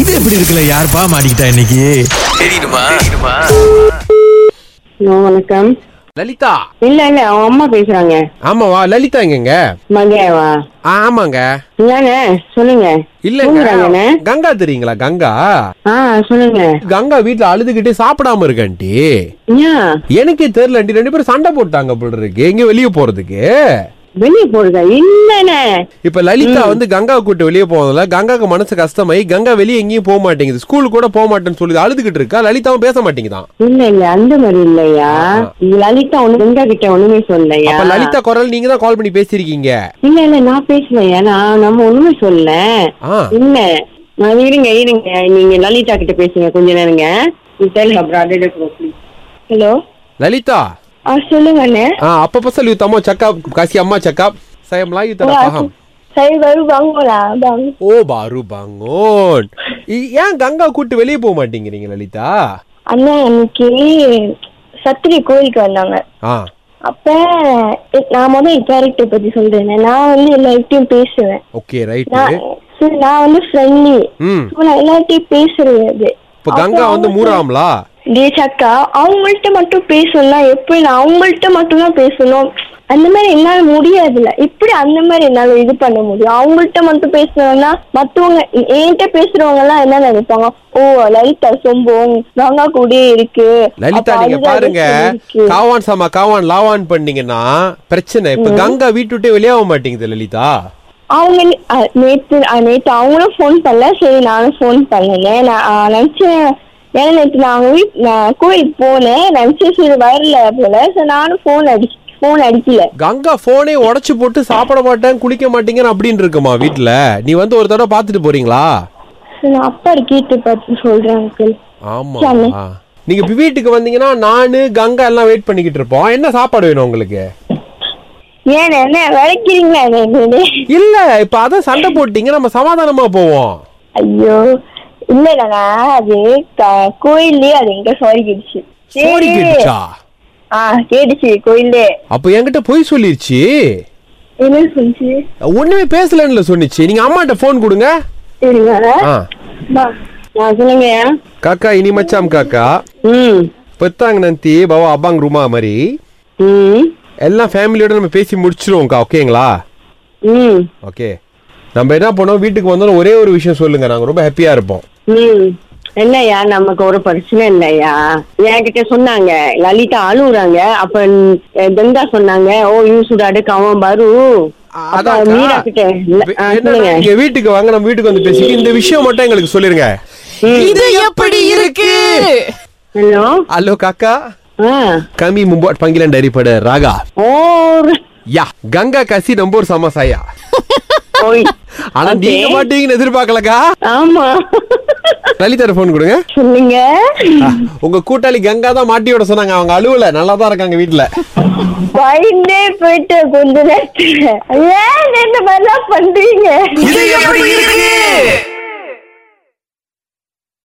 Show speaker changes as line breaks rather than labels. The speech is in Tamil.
இது எப்படி இருக்குல்ல யாருப்பா மாட்டிக்கிட்டா இன்னைக்கு
ஹலோ வணக்கம்
லலிதா
இல்ல இல்ல அவங்க அம்மா பேசுறாங்க
ஆமாவா லலிதா எங்கங்க
மகேவா
ஆ, ஆமாங்க
இல்லங்க சொல்லுங்க
இல்லங்க
தூங்குறாங்கண்ணே.
கங்கா தெரியுங்களா கங்கா
ஆ சொல்லுங்க
கங்கா வீட்ல அழுதுகிட்டே சாப்பிடாம இருக்கான்டி
ஏன்
எனக்கே தெரியல ஆண்டி ரெண்டு பேரும் சண்டை போட்டாங்க போல இருக்கு எங்க வெளிய போறதுக்கு
வெளியே போடுங்க இல்லண்ணே
இப்ப லலிதா வந்து கங்கா கூட்டு வெளிய போவதில்ல கங்காக்கு மனசு கஷ்டமாயி கங்கா வெளிய எங்கேயும் போக மாட்டேங்குது ஸ்கூல் கூட போக மாட்டேன்னு சொல்லி அழுதுகிட்டு இருக்கா லலிதாவும் பேச மாட்டேங்குதான்
இல்ல இல்ல அந்த மாதிரி இல்லையா இது லலிதா ஒண்ணு கங்கா கிட்ட ஒண்ணுமே சொல்லலையா
அப்ப லலிதா குரல் நீங்க தான் கால் பண்ணி பேசிருக்கீங்க
இல்ல இல்ல நான் பேசலையா நான் நம்ம ஒண்ணுமே சொல்லல
ஆ
இல்ல நான் இருங்க இருங்க நீங்க லலிதா கிட்ட பேசுங்க கொஞ்ச நேரங்க ஹலோ
லலிதா
ஆ சொல்லுங்க அண்ணே
ஆ அப்ப பசல் யூ தமோ செக்கப் காசி அம்மா செக்கப் சயம்லா யூ தர பஹம்
சரி வரும் வாங்கலா வாங்க
ஓ பாரு பங்கோன் இ- ஏன் கங்கா கூட்டு வெளியே போக மாட்டேங்கிறீங்க லலிதா
அண்ணா இன்னைக்கு சத்திரி கோயிலுக்கு வந்தாங்க
ஆ
அப்ப எ- நான் முத என் கேரக்டர் பத்தி சொல்றேன் நான் வந்து எல்லார்கிட்டயும் பேசுவேன்
ஓகே ரைட்
நான் so நான் வந்து ஃப்ரெண்ட்லி
ம்
நான் எல்லார்கிட்டயும் பேசுறது அது
இப்ப Hmm. கங்கா வந்து மூறாம்லா
டே சக்கா அவங்கள்ட்ட மட்டும் பேசணும்னா எப்படி நான் அவங்கள்ட்ட மட்டும் தான் பேசணும் அந்த மாதிரி என்னால முடியாதுல்ல இப்படி அந்த மாதிரி என்னால இது பண்ண முடியும் அவங்கள்ட்ட மட்டும் பேசணும்னா மத்தவங்க எ- என்கிட்ட பேசுறவங்க எல்லாம் என்ன நினைப்பாங்க ஓ லலிதா சொம்பம் கங்கா கூடயே இருக்கு
லலிதா
அப்ப
நீங்க
அதுதான்
பாருங்க
இருக்கு.
காவான் சாமா காவான் லாவான் பண்ணீங்கன்னா பிரச்சனை இப்ப கங்கா வீட்டு விட்டே வெளியே ஆக மாட்டேங்குது லலிதா
அவங்க நே- அ, நேத்து அ, நேத்து அவங்களும் ஃபோன் பண்ணல சரி நானும் ஃபோன் பண்ணல நான் அ, நினைச்சேன் ஏன்னா நேத்து நான் அவங்க வீட் நான் கோயிலுக்கு போனேன் நினைச்சேன் சரி வரல போல சரி நானும் ஃபோன் அடி ஃபோன் அடிக்கல
கங்கா போனே உடைச்சு போட்டு சாப்பிட மாட்டேன் குளிக்க மாட்டேங்கன்னு அப்படின்னு இருக்குமா வீட்டுல நீ வந்து ஒரு தடவை பாத்துட்டு போறீங்களா
சரி நான் அப்பா கேட்டு பார்த்து சொல்றேன் uncle. சரி.
ஆமா நீங்க இப்ப வீட்டுக்கு வந்தீங்கன்னா நானு கங்கா எல்லாம் வெயிட் பண்ணிக்கிட்டு இருப்போம் என்ன சாப்பாடு வேணும் உங்களுக்கு
ஏன் என்ன விளக்கிறீங்களா என்ன
இல்ல இப்ப அதான் சண்டை போட்டீங்க நம்ம சமாதானமா போவோம்
ஐயோ இல்ல இல்லண்ணா அது க- கோயில்லயே அது எங்க சாரி கேட்டுச்சு
சோரி கேட்டுச்சா
ஆ கேட்டுச்சு கோயிலே
அப்ப என்கிட்ட பொய் சொல்லிருச்சு
என்ன சொல்லுச்சு
ஒண்ணுமே பேசலன்னு சொன்னிச்சு நீங்க அம்மாட்ட போன் கொடுங்க
சரிங்க
ஆ.
ஆ சொல்லுங்க
காக்கா இனி மச்சாம் காக்கா
ம்
பெத்தாங்க நந்தி பவா அப்பாங் ரூமா மாதிரி
ம்
எல்லாம் ஃபேமிலியோட நம்ம பேசி முடிச்சிருவோம்க்கா ஓகேங்களா
ம்
ஓகே நம்ம என்ன பண்ணோம் வீட்டுக்கு வந்தோம் ஒரே ஒரு விஷயம் சொல்லுங்க நாங்க ரொம்ப ஹாப்பியா இருப்போம்
ம் இல்லையா நமக்கு ஒரு பிரச்சனை இல்லையா என்கிட்ட சொன்னாங்க லலிதா அழுகுறாங்க அப்ப அஹ், கங்கா சொன்னாங்க ஓ யூ சுடாடு கவன் பாரு அப்ப
அதான்க்கா.
மீரா கிட்ட இல்ல, ஆ,
என்னன்னா,
சொல்லுங்க
நீங்க வீட்டுக்கு வாங்க நம்ம வீட்டுக்கு வந்து பேசிட்டு இந்த விஷயம் மட்டும் எங்களுக்கு சொல்லிருங்க
இது எப்படி இருக்கு
ஹலோ
ஹலோ காக்கா
ஆ
கமி மும்பாட் பங்கிலன் டரி பட ராகா
ஓர்
யா கங்கா கசி நம்பூர் சமசாயா
ஓய்
ஆனா நீங்க மாட்டீங்கன்னு எதிர்பார்க்கலக்கா
ஆமா
லலிதா போன் கொடுங்க
சொல்லுங்க
உங்க கூட்டாளி கங்கா தான் மாட்டி விட சொன்னாங்க அவங்க அழுவல நல்லா தான் இருக்காங்க வீட்டுல
பயந்தே போயிட்டு கொஞ்ச நேரத்துல ஏன் இந்த மாதிரிலாம் பண்றீங்க
இது எப்படி இருக்கு